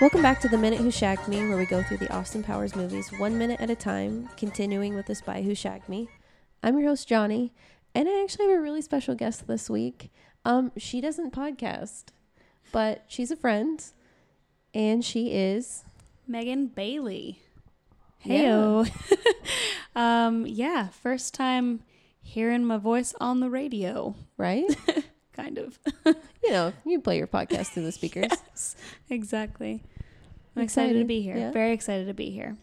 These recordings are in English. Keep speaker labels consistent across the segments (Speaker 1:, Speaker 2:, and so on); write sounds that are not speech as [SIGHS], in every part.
Speaker 1: Welcome back to The Minute Who Shagged Me, where we go through the Austin Powers movies one minute at a time, continuing with the spy who shagged me. I'm your host, Johnny, and I actually have a really special guest this week. Um, she doesn't podcast, but she's a friend, and she is.
Speaker 2: Megan Bailey.
Speaker 1: Yeah.
Speaker 2: Heyo. [LAUGHS] um, yeah, first time hearing my voice on the radio,
Speaker 1: Right?
Speaker 2: kind of.
Speaker 1: you know, you play your podcast through the speakers.
Speaker 2: Yes, exactly. I'm excited, to
Speaker 1: Excited,
Speaker 2: be here.
Speaker 1: yeah.
Speaker 2: Very excited to be here.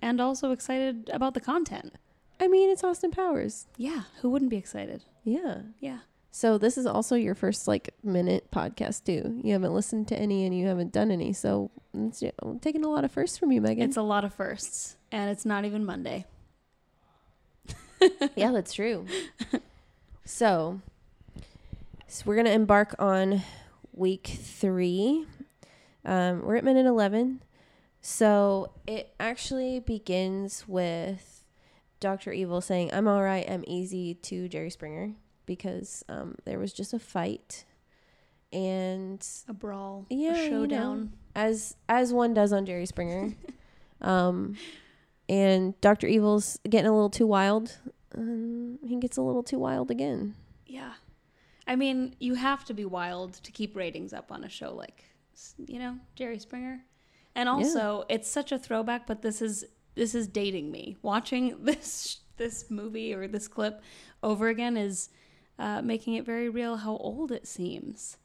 Speaker 2: And also excited about the content.
Speaker 1: I mean, it's Austin Powers.
Speaker 2: Yeah, who wouldn't be excited?
Speaker 1: Yeah.
Speaker 2: Yeah.
Speaker 1: So this is also your first like minute podcast too. You haven't listened to any and you haven't done any. So it's, you know, taking a lot of firsts from you, Megan.
Speaker 2: It's a lot of firsts, and it's not even Monday.
Speaker 1: yeah, that's true. so, so we're gonna embark on week three. Um, we're at minute eleven. So it actually begins with Doctor Evil saying, "I'm all right. I'm easy." To Jerry Springer because um, there was just a fight, and
Speaker 2: A brawl,
Speaker 1: Yeah,
Speaker 2: a
Speaker 1: you know.
Speaker 2: showdown.
Speaker 1: as as one does on Jerry [LAUGHS] Springer. um, and Doctor Evil's getting a little too wild. Um, he gets a little too wild again.
Speaker 2: Yeah. I mean, you have to be wild to keep ratings up on a show like, s- you know, Jerry Springer. And also, it's such a throwback, but this is this is dating me. Watching [LAUGHS] this this movie or this clip over again is uh, making it very real how old it seems.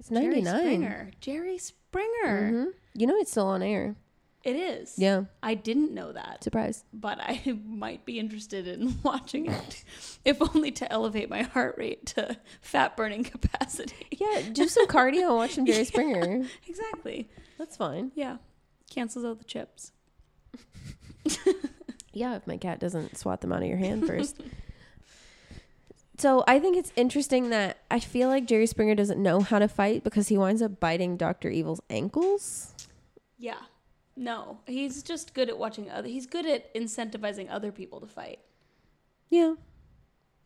Speaker 1: It's ninety
Speaker 2: Jerry
Speaker 1: nine.
Speaker 2: Springer. Jerry Springer.
Speaker 1: Mm-hmm. You know it's still on air.
Speaker 2: It is.
Speaker 1: Yeah,
Speaker 2: I didn't know that,
Speaker 1: surprise.
Speaker 2: but I [LAUGHS] might be interested in [LAUGHS] watching it, if only to elevate my heart rate to fat burning [LAUGHS] capacity.
Speaker 1: Yeah, do [LAUGHS] some cardio. and Watch some Jerry Springer.
Speaker 2: Exactly.
Speaker 1: That's fine.
Speaker 2: Yeah. Cancels out the chips.
Speaker 1: Yeah, if my cat doesn't swat them out of your [LAUGHS] hand first. So I think it's interesting that I feel like Jerry Springer doesn't know how to fight because he winds up biting Doctor Evil's ankles.
Speaker 2: Yeah. No, he's just good at watching other. He's good at incentivizing other people to fight.
Speaker 1: Yeah,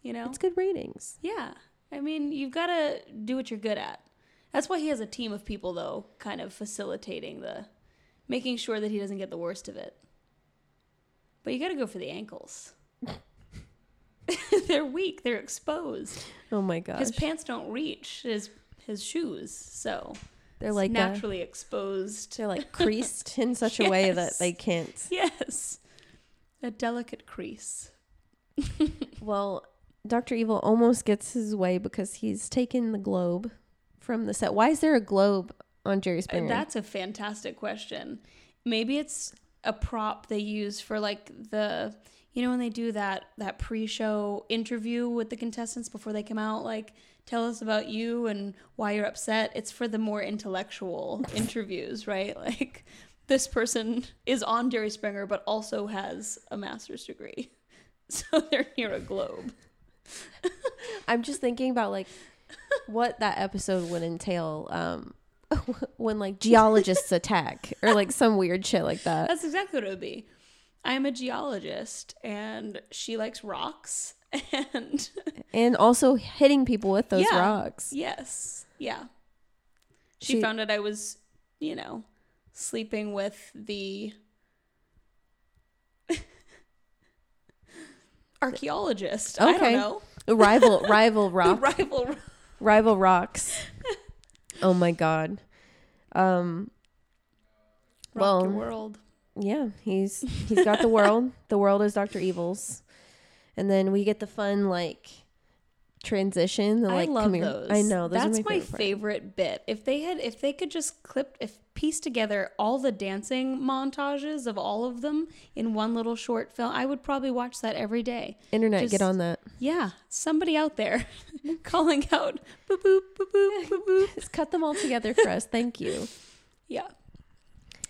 Speaker 2: You know.
Speaker 1: it's good ratings.
Speaker 2: yeah. I mean, you've got to do what you're good at. That's why he has a team of people, though, kind of facilitating the, making sure that he doesn't get the worst of it. But you got to go for the ankles. [LAUGHS] They're weak. They're exposed.
Speaker 1: Oh my gosh.
Speaker 2: His pants don't reach his his shoes, so
Speaker 1: They're
Speaker 2: it's
Speaker 1: like uh,
Speaker 2: naturally exposed.
Speaker 1: they're like creased [LAUGHS] in such a way that
Speaker 2: Yes.
Speaker 1: they can't.
Speaker 2: [LAUGHS] Yes. A delicate crease.
Speaker 1: Well, Doctor Evil almost gets his way because he's taken the globe from the set. Why is there a globe on Jerry
Speaker 2: Uh,
Speaker 1: Springer?
Speaker 2: That's a fantastic question. Maybe it's a prop they use for like the you know when they do that that pre-show interview with the contestants before they come out like tell us about you and why you're upset. It's for the more intellectual interviews, right? [LAUGHS] Like this person is on Jerry Springer but also has a master's degree. [LAUGHS] So they're near a globe.
Speaker 1: I'm just thinking about [LAUGHS] like what that episode would entail um, [LAUGHS] when like geologists attack or like some weird shit like that.
Speaker 2: [LAUGHS] That's exactly what it would be. I'm a geologist and she likes rocks. [LAUGHS] And
Speaker 1: And also hitting people with those
Speaker 2: Yeah.
Speaker 1: rocks.
Speaker 2: yes, yeah. She,
Speaker 1: She-
Speaker 2: found out I was, you know, sleeping with the archaeologist. I
Speaker 1: Okay.
Speaker 2: don't know.
Speaker 1: [LAUGHS]
Speaker 2: [LAUGHS]
Speaker 1: Rival [LAUGHS] rival
Speaker 2: The
Speaker 1: rock
Speaker 2: rival.
Speaker 1: rival rocks. [LAUGHS] Oh my god. Um
Speaker 2: Well,
Speaker 1: Well-
Speaker 2: world.
Speaker 1: Yeah, he's he's got [LAUGHS] the world. the world is Doctor Evil's, and then we get the fun like transition. The, like,
Speaker 2: I
Speaker 1: come
Speaker 2: love
Speaker 1: here.
Speaker 2: those.
Speaker 1: I know those
Speaker 2: that's
Speaker 1: are my, favorite, part.
Speaker 2: bit. If they had, if they could just clip, if piece together all the dancing montages of all of them in one little short film, I would probably watch that every day.
Speaker 1: Internet, get
Speaker 2: just-
Speaker 1: on that.
Speaker 2: Yeah, somebody out there [LAUGHS] calling out, boop boop boop boop boop
Speaker 1: [LAUGHS] [LAUGHS]
Speaker 2: boop.
Speaker 1: Just cut them all together for us. Thank you.
Speaker 2: Yeah,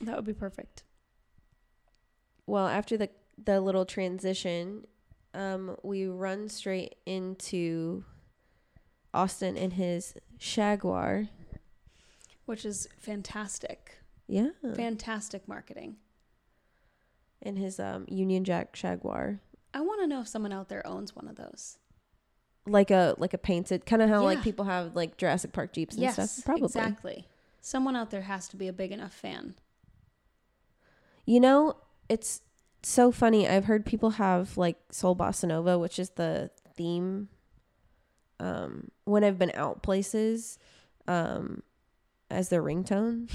Speaker 2: that would be perfect.
Speaker 1: [LAUGHS] Well, after the the little transition, um, we run straight into Austin and his Shaguar.
Speaker 2: Which is fantastic,
Speaker 1: Yeah,
Speaker 2: fantastic marketing.
Speaker 1: and his um, Union Jack Shaguar,
Speaker 2: I want to know if someone out there owns one of those.
Speaker 1: like a like a painted kind of how like
Speaker 2: Yeah.
Speaker 1: people have like Jurassic Park jeeps and
Speaker 2: yes,
Speaker 1: stuff. Probably.
Speaker 2: exactly. Someone out there has to be a big enough fan.
Speaker 1: You know, it's so funny. I've heard people have like soul bossa nova, which is the theme. Um, when I've been out places, um, as their ringtone,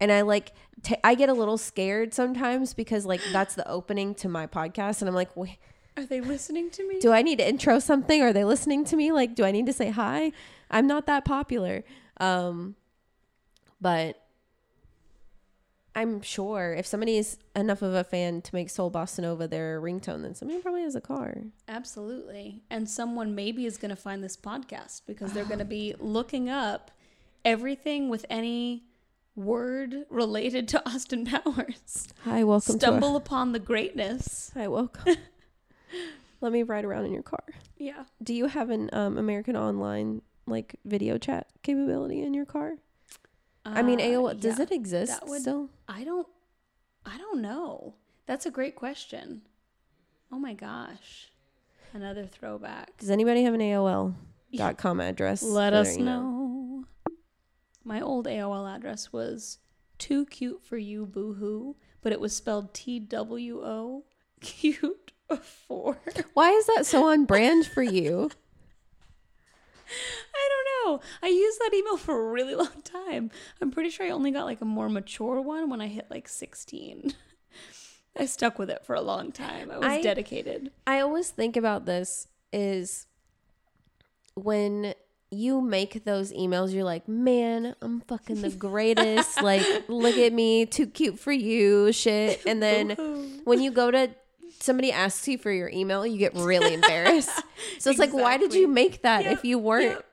Speaker 1: and I like t- I get a little scared sometimes because like that's the opening to my podcast, and I'm like, wait,
Speaker 2: Are they listening to me?
Speaker 1: do I need to intro something? Are they listening to me? Like, do I need to say hi? I'm not that popular. Um, but I'm sure if somebody is enough of a fan to make Soul Bossa Nova their ringtone, then somebody probably has a car.
Speaker 2: Absolutely. And someone maybe is going to find this podcast because they're going
Speaker 1: [SIGHS]
Speaker 2: to be looking up everything with any word related to Austin [LAUGHS] Powers.
Speaker 1: Hi, welcome.
Speaker 2: Stumble upon the greatness.
Speaker 1: To our- [LAUGHS] Hi, welcome. [LAUGHS] Let me ride around in your car.
Speaker 2: Yeah.
Speaker 1: Do you have an um, American Online like video chat capability in your car? I mean,
Speaker 2: Uh,
Speaker 1: AOL does
Speaker 2: yeah.
Speaker 1: it exist
Speaker 2: That would-
Speaker 1: still?
Speaker 2: I don't I don't know. That's a great question. Oh my gosh. Another throwback.
Speaker 1: Does anybody have an AOL dot com address?
Speaker 2: Let
Speaker 1: for
Speaker 2: us
Speaker 1: their email?
Speaker 2: know. My old AOL address was too cute for you boohoo, but it was spelled T W O cute [LAUGHS] for.
Speaker 1: Why is that so on brand for you?
Speaker 2: I don't know. I used that email for a really long time. I'm pretty sure I only got like a more mature one when I hit like 16. I stuck with it for a long time. I was
Speaker 1: I-
Speaker 2: dedicated.
Speaker 1: [LAUGHS] I always think about this is when you make those emails, you're like, man, I'm fucking the [LAUGHS] greatest. like, look at me, too cute for you, shit. And then [LAUGHS]
Speaker 2: Boo-hoo.
Speaker 1: when you go to somebody asks you for your email, you get [LAUGHS] really embarrassed. so it's like, why did
Speaker 2: Exactly.
Speaker 1: you make that
Speaker 2: Yep,
Speaker 1: if you weren't
Speaker 2: yep.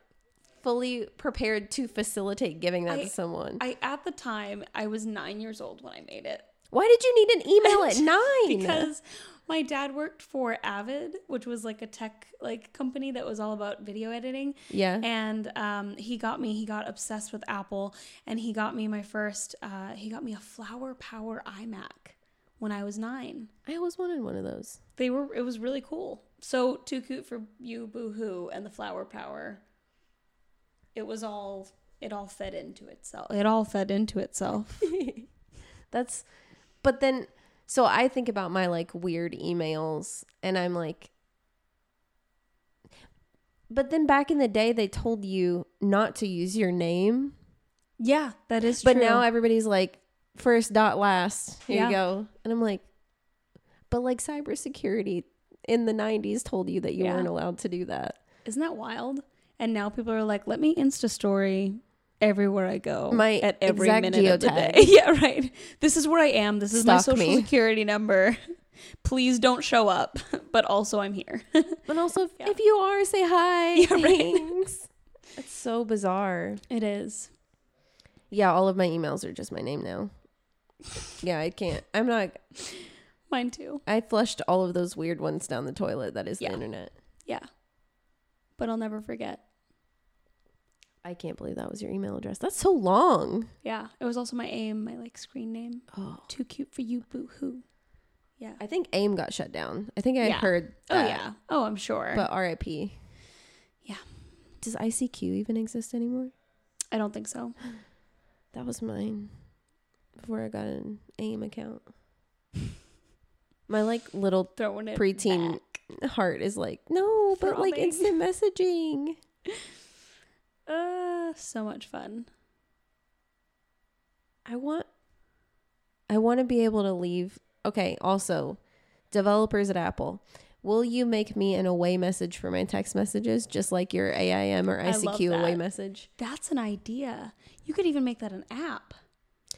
Speaker 1: fully prepared to facilitate giving that
Speaker 2: I-
Speaker 1: to someone?
Speaker 2: I at the time I was nine years old when I made it
Speaker 1: why did you need an email
Speaker 2: [LAUGHS]
Speaker 1: at [LAUGHS] nine?
Speaker 2: because my dad worked for Avid, which was like a tech like company that was all about video editing.
Speaker 1: yeah.
Speaker 2: And um, he got me. He got obsessed with Apple, and he got me my first. Uh, he got me a Flower Power iMac when I was nine.
Speaker 1: I always wanted one of those.
Speaker 2: They were. It was really cool. So too cute for you, boohoo, and the Flower Power. It was all. It all fed into itself. It all fed into itself.
Speaker 1: That's, but then, so I think about my like weird emails and I'm like, but then back in the day, they told you not to use your name.
Speaker 2: Yeah, that is
Speaker 1: But
Speaker 2: true.
Speaker 1: now everybody's like, first dot last. Here
Speaker 2: Yeah.
Speaker 1: you go. And I'm like, but like cybersecurity in the 90s told you that you
Speaker 2: Yeah.
Speaker 1: weren't allowed to do that.
Speaker 2: isn't that wild? And now people are like, let me Insta story everywhere I go
Speaker 1: My
Speaker 2: at every
Speaker 1: exact
Speaker 2: minute of the
Speaker 1: geotag.
Speaker 2: day. [LAUGHS] yeah, right. This is where I am. This is my
Speaker 1: Stalk
Speaker 2: social
Speaker 1: me.
Speaker 2: security number. [LAUGHS] Please don't show up, [LAUGHS] but also I'm here. [LAUGHS]
Speaker 1: And also, [LAUGHS] if,
Speaker 2: Yeah.
Speaker 1: if you are, say [LAUGHS] hi.
Speaker 2: Yeah, right.
Speaker 1: Thanks. It's so bizarre.
Speaker 2: it is.
Speaker 1: Yeah, all of my emails are just my name now. Yeah, I can't. I'm not.
Speaker 2: Mine too.
Speaker 1: I flushed all of those weird ones down the toilet. That is
Speaker 2: Yeah.
Speaker 1: the internet.
Speaker 2: Yeah. But I'll never forget.
Speaker 1: I can't believe that was your email address. That's so long.
Speaker 2: Yeah. It was also my aim, my like screen name.
Speaker 1: Oh,
Speaker 2: Too cute for you, boo hoo. Yeah.
Speaker 1: I think AIM got shut down. I think I
Speaker 2: Yeah.
Speaker 1: heard.
Speaker 2: oh,
Speaker 1: that,
Speaker 2: yeah. Oh, I'm sure.
Speaker 1: But RIP.
Speaker 2: Yeah.
Speaker 1: Does ICQ even exist anymore?
Speaker 2: I don't think so.
Speaker 1: That was mine before I got an AIM account. My like little
Speaker 2: Throwing it.
Speaker 1: Preteen
Speaker 2: back.
Speaker 1: heart is like no, but like
Speaker 2: Throbbing. [LAUGHS]
Speaker 1: instant messaging.
Speaker 2: Uh, so much fun.
Speaker 1: I want I want to be able to leave. Okay, also, developers at Apple, will you make me an away message for my text messages just like your AIM or
Speaker 2: I love
Speaker 1: ICQ away
Speaker 2: that.
Speaker 1: message?
Speaker 2: That's an idea. You could even make that an app,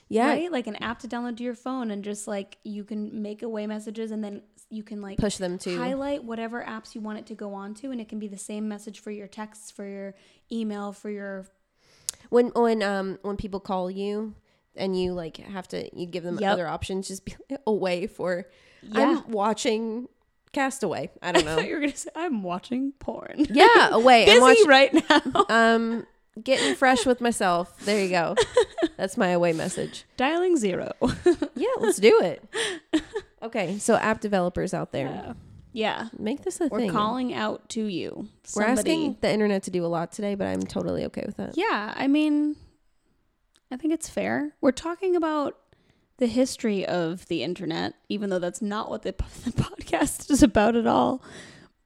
Speaker 1: Yeah.
Speaker 2: right? Like an app to download to your phone and just like you can make away messages and then you can like
Speaker 1: Push them to
Speaker 2: highlight whatever apps you want it to go on to and it can be the same message for your texts, for your email, for your
Speaker 1: when when um when people call you and you like have to you give them
Speaker 2: Yep.
Speaker 1: other options just be [LAUGHS] away for
Speaker 2: [LAUGHS] Yeah.
Speaker 1: I'm watching Castaway. I don't
Speaker 2: [LAUGHS]
Speaker 1: know.
Speaker 2: you were gonna say I'm watching porn.
Speaker 1: [LAUGHS] yeah, away. I'm
Speaker 2: Busy
Speaker 1: watching [LAUGHS]
Speaker 2: right now.
Speaker 1: um getting fresh with myself. There you go. That's my away message.
Speaker 2: [LAUGHS] Dialing zero.
Speaker 1: Yeah, let's do it.
Speaker 2: [LAUGHS]
Speaker 1: Okay, so app developers out there,
Speaker 2: Yeah. Uh, yeah.
Speaker 1: make this a
Speaker 2: We're
Speaker 1: thing.
Speaker 2: calling out to you.
Speaker 1: We're
Speaker 2: Somebody.
Speaker 1: asking the internet to do a lot today, but I'm totally okay with that.
Speaker 2: Yeah, I mean, I think it's fair. We're talking about the history of the internet, even though that's not what the, [LAUGHS] the podcast is about at all.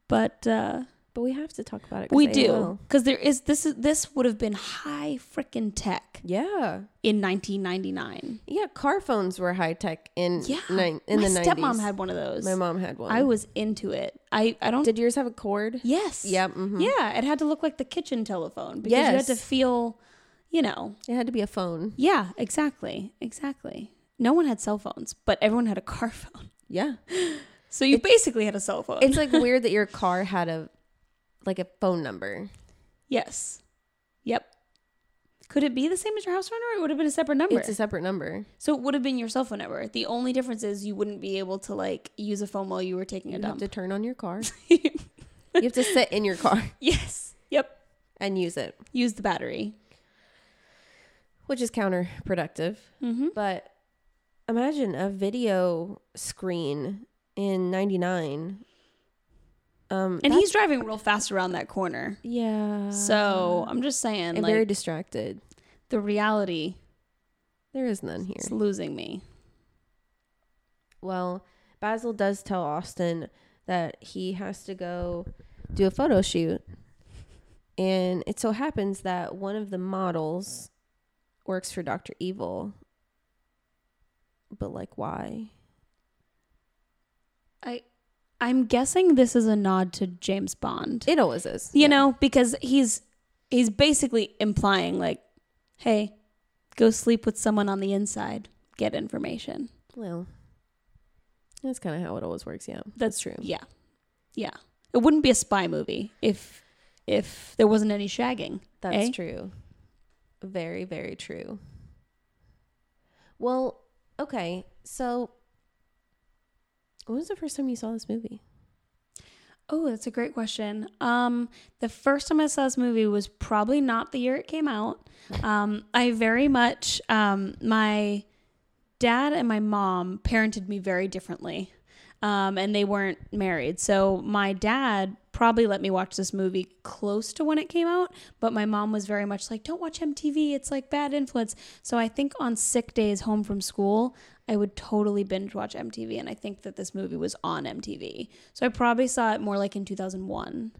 Speaker 2: But uh,
Speaker 1: But we have to talk about it. 'cause
Speaker 2: we
Speaker 1: they
Speaker 2: do
Speaker 1: will.
Speaker 2: because there is this is this would have been high freaking tech
Speaker 1: Yeah.
Speaker 2: in 1999.
Speaker 1: Yeah. Car phones were high tech in
Speaker 2: Yeah,
Speaker 1: nine in
Speaker 2: my
Speaker 1: the 90s.
Speaker 2: stepmom had one of those.
Speaker 1: My mom had one.
Speaker 2: I was into it. I I don't.
Speaker 1: Did yours have a cord?
Speaker 2: yes.
Speaker 1: Yeah. hmm
Speaker 2: Yeah. It had to look like the kitchen telephone because you had
Speaker 1: Yes.
Speaker 2: to feel, you know.
Speaker 1: It had to be a phone.
Speaker 2: Yeah. Exactly. Exactly. No one had cell phones, but everyone had a car phone. [LAUGHS]
Speaker 1: Yeah.
Speaker 2: So you basically had a cell phone.
Speaker 1: It's like weird that
Speaker 2: [LAUGHS]
Speaker 1: your car had a like a phone number.
Speaker 2: yes. Yep. Could it be the same as your house phone, or it would have been a separate number?
Speaker 1: It's a separate number.
Speaker 2: so it would have been your cell phone number. The only difference is you wouldn't be able to like use a phone while you were taking a
Speaker 1: You have
Speaker 2: dump. [LAUGHS]
Speaker 1: to turn on your car. you have to sit in your car
Speaker 2: yes. Yep.
Speaker 1: and use it,
Speaker 2: Use the battery.
Speaker 1: which is counterproductive.
Speaker 2: Mm-hmm.
Speaker 1: But imagine a video screen in 99. Um
Speaker 2: And
Speaker 1: that-
Speaker 2: he's driving real fast around that corner.
Speaker 1: yeah.
Speaker 2: So I'm just saying,
Speaker 1: I'm
Speaker 2: like,
Speaker 1: Uh, very distracted.
Speaker 2: the reality
Speaker 1: There is none here.
Speaker 2: is losing me.
Speaker 1: Well, Basil does tell Austin that he has to go do a photo shoot. And it so happens that one of the models works for Dr. Evil. But, like, why?
Speaker 2: I'm guessing this is a nod to James Bond.
Speaker 1: It always is.
Speaker 2: you know, because he's he's basically implying like, hey, go sleep with someone on the inside, get information.
Speaker 1: Well, that's kind of how it always works. Yeah.
Speaker 2: That's
Speaker 1: true.
Speaker 2: Yeah, yeah. It wouldn't be a spy movie if if there wasn't any shagging.
Speaker 1: That's
Speaker 2: Eh?
Speaker 1: true. Very, very true. Well, okay. So, when was the first time you saw this movie?
Speaker 2: Oh, that's a great question. Um, the first time I saw this movie was probably not the year it came out. Um, I very much, um, my dad and my mom parented me very differently, um, and they weren't married. So my dad probably let me watch this movie close to when it came out, but my mom was very much like, don't watch MTV, it's like bad influence. So I think on sick days home from school, I would totally binge watch MTV, and I think that this movie was on MTV. So I probably saw it more like in 2001.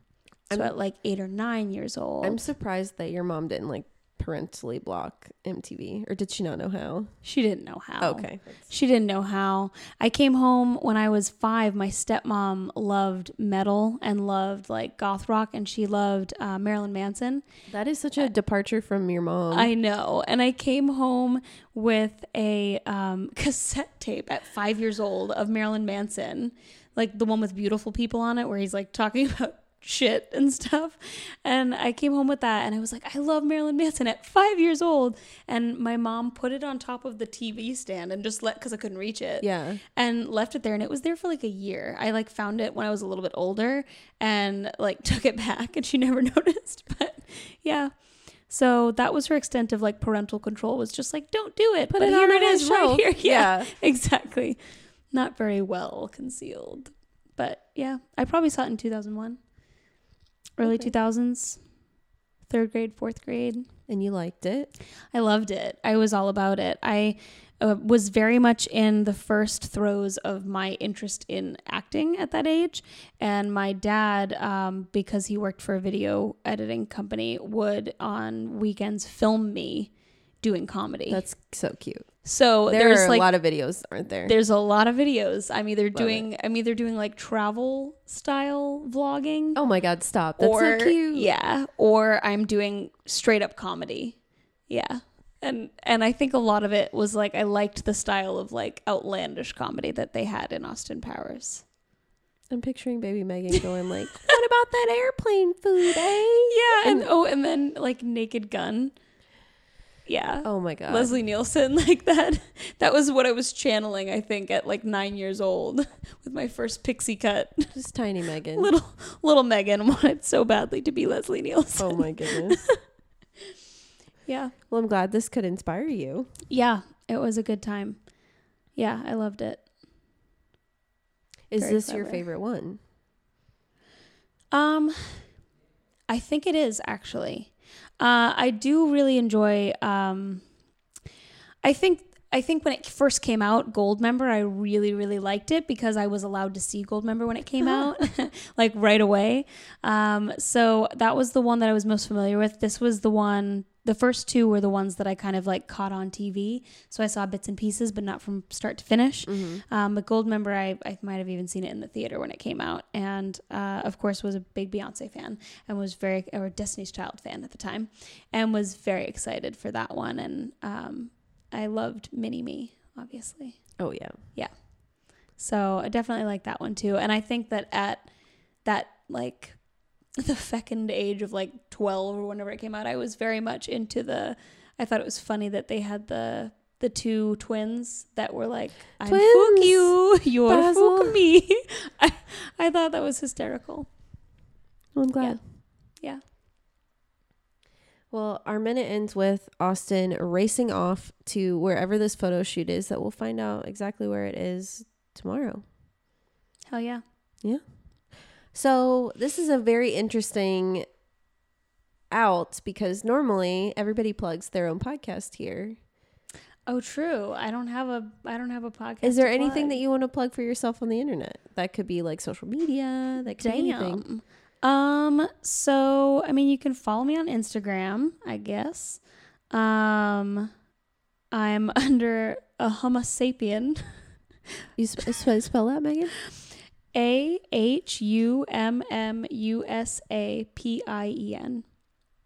Speaker 2: So
Speaker 1: I'm-
Speaker 2: at like eight or nine years old.
Speaker 1: I'm surprised that your mom didn't like parentally block MTV, or did she not know how?
Speaker 2: she didn't know how.
Speaker 1: Okay,
Speaker 2: She didn't know how. I came home when I was five. My stepmom loved metal and loved like goth rock, and she loved uh, Marilyn Manson.
Speaker 1: that is such a departure from your mom.
Speaker 2: I know. And I came home with a um, [LAUGHS] cassette tape at five years old of Marilyn Manson, like the one with beautiful people on it, where he's like talking [LAUGHS] about shit and stuff. And I came home with that and I was like, I love Marilyn Manson at five years old. And my mom put it on top of the TV stand and just let, because I couldn't reach it
Speaker 1: yeah,
Speaker 2: and left it there and it was there for like a year i like found it when i was a little bit older and like [LAUGHS] took it back and she never [LAUGHS] noticed but yeah so that was her extent of like parental control was just like don't do it
Speaker 1: Put
Speaker 2: but
Speaker 1: it on
Speaker 2: here
Speaker 1: a
Speaker 2: it
Speaker 1: high
Speaker 2: is right
Speaker 1: shelf.
Speaker 2: here [LAUGHS] yeah,
Speaker 1: Yeah.
Speaker 2: exactly not very well concealed but yeah i probably saw it in 2001 early
Speaker 1: Okay.
Speaker 2: 2000s third grade fourth grade
Speaker 1: and you liked it.
Speaker 2: I loved it. I was all about it. I uh, was very much in the first throes of my interest in acting at that age. And my dad, um, because he worked for a video editing company, would on weekends film me doing comedy.
Speaker 1: That's so cute.
Speaker 2: so
Speaker 1: There
Speaker 2: there's
Speaker 1: are a
Speaker 2: like
Speaker 1: lot of videos, aren't there?
Speaker 2: there's a lot of videos. I'm either
Speaker 1: Love
Speaker 2: doing I'm either doing like travel style vlogging
Speaker 1: oh my god, stop! That's
Speaker 2: or
Speaker 1: so cute.
Speaker 2: yeah, or I'm doing straight up comedy. Yeah. And and I think a lot of it was like I liked the style of like outlandish comedy that they had in Austin Powers.
Speaker 1: I'm picturing baby Megan going like, [LAUGHS] "What about that airplane food, eh?"
Speaker 2: Yeah, and, oh, and then like Naked Gun. Yeah.
Speaker 1: Oh my god,
Speaker 2: Leslie Nielsen [LAUGHS] like that. That was what I was channeling I think at like 9 years old [LAUGHS] with my first pixie cut. [LAUGHS]
Speaker 1: just tiny Megan.
Speaker 2: Little little Megan [LAUGHS] wanted so badly to be Leslie Nielsen.
Speaker 1: oh my goodness.
Speaker 2: Yeah.
Speaker 1: well, I'm glad this could inspire you.
Speaker 2: Yeah, it was a good time. Yeah, I loved it.
Speaker 1: Is
Speaker 2: Very
Speaker 1: this your
Speaker 2: clever.
Speaker 1: favorite one?
Speaker 2: Um, I think it is actually. Uh, I do really enjoy um, I think I think when it first came out, Goldmember, I really really liked it because I was allowed to see Goldmember when it came out, [LAUGHS] like right away. Um, so that was the one that I was most familiar with. This was the one. The first two were the ones that I kind of like caught on TV, so I saw bits and pieces, but not from start to finish.
Speaker 1: Mm-hmm.
Speaker 2: Um, but Goldmember, I, I might have even seen it in the theater when it came out, and uh, of course was a big Beyonce fan and was very or Destiny's Child fan at the time, and was very excited for that one. And um, I loved Mini Me, obviously,
Speaker 1: Oh yeah.
Speaker 2: so I definitely like that one too. And I think that at that like [LAUGHS] the fecund age of like twelve or whenever it came out, I was very much into the. I thought it was funny that they had the. The two twins that were like, "I fuck
Speaker 1: Twins.
Speaker 2: you, you're
Speaker 1: Basil. [LAUGHS]
Speaker 2: fuck me." [LAUGHS] I, I thought that was hysterical.
Speaker 1: Well, I'm glad.
Speaker 2: Yeah.
Speaker 1: Well, our minute ends with Austin racing off to wherever this photo shoot is that we'll find out exactly where it is tomorrow.
Speaker 2: Hell yeah.
Speaker 1: So, this is a very interesting out because normally everybody plugs their own podcast here.
Speaker 2: Oh, true. I don't have a I don't have a podcast.
Speaker 1: Is there
Speaker 2: to
Speaker 1: anything that
Speaker 2: plug.
Speaker 1: you want to plug for yourself on the internet? That could be like social media, that could be anything.
Speaker 2: Damn. Um. So I mean, you can follow me on Instagram, I guess. Um, I'm [LAUGHS] under a Homo sapien.
Speaker 1: You sp- sp- spell that, Megan?
Speaker 2: A H U M M U S A P I E N,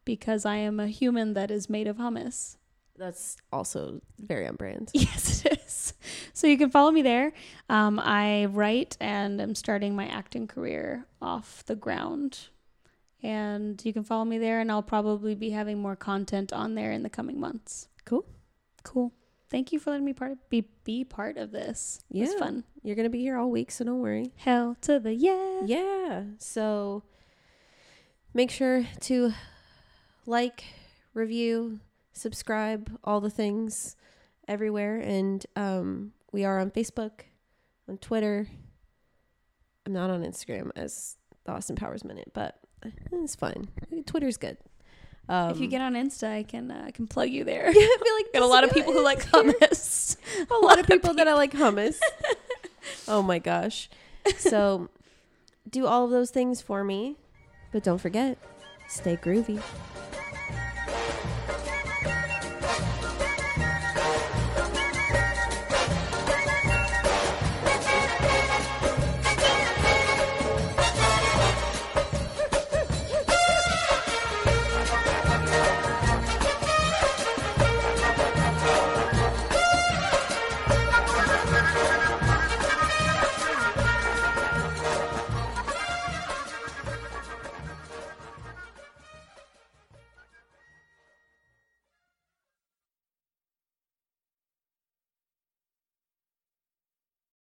Speaker 2: because I am a human that is made of hummus.
Speaker 1: That's also very on brand.
Speaker 2: [LAUGHS] Yes, it is. So you can follow me there. Um, I write and I'm starting my acting career off the ground. And you can follow me there, and I'll probably be having more content on there in the coming months.
Speaker 1: Cool.
Speaker 2: Cool. Thank you for letting me part of, be, be part of this. It was
Speaker 1: Yeah.
Speaker 2: fun.
Speaker 1: You're going to be here all week, so don't worry.
Speaker 2: Hell to the yeah.
Speaker 1: Yeah. So make sure to like, review, subscribe, all the things everywhere. And um, we are on Facebook, on Twitter. I'm not on Instagram as the Austin Powers Minute, but it's fine. Twitter's good. Um,
Speaker 2: if you get on Insta, I can uh, I can plug
Speaker 1: [LAUGHS]
Speaker 2: you there.
Speaker 1: yeah, [LAUGHS] I feel like
Speaker 2: Got a
Speaker 1: this
Speaker 2: lot of
Speaker 1: guy
Speaker 2: people who
Speaker 1: is
Speaker 2: like [LAUGHS]
Speaker 1: here.
Speaker 2: hummus.
Speaker 1: [LAUGHS] A lot of people that I like
Speaker 2: [LAUGHS]
Speaker 1: hummus. oh my gosh. So do all of those things for me, but don't forget, stay groovy.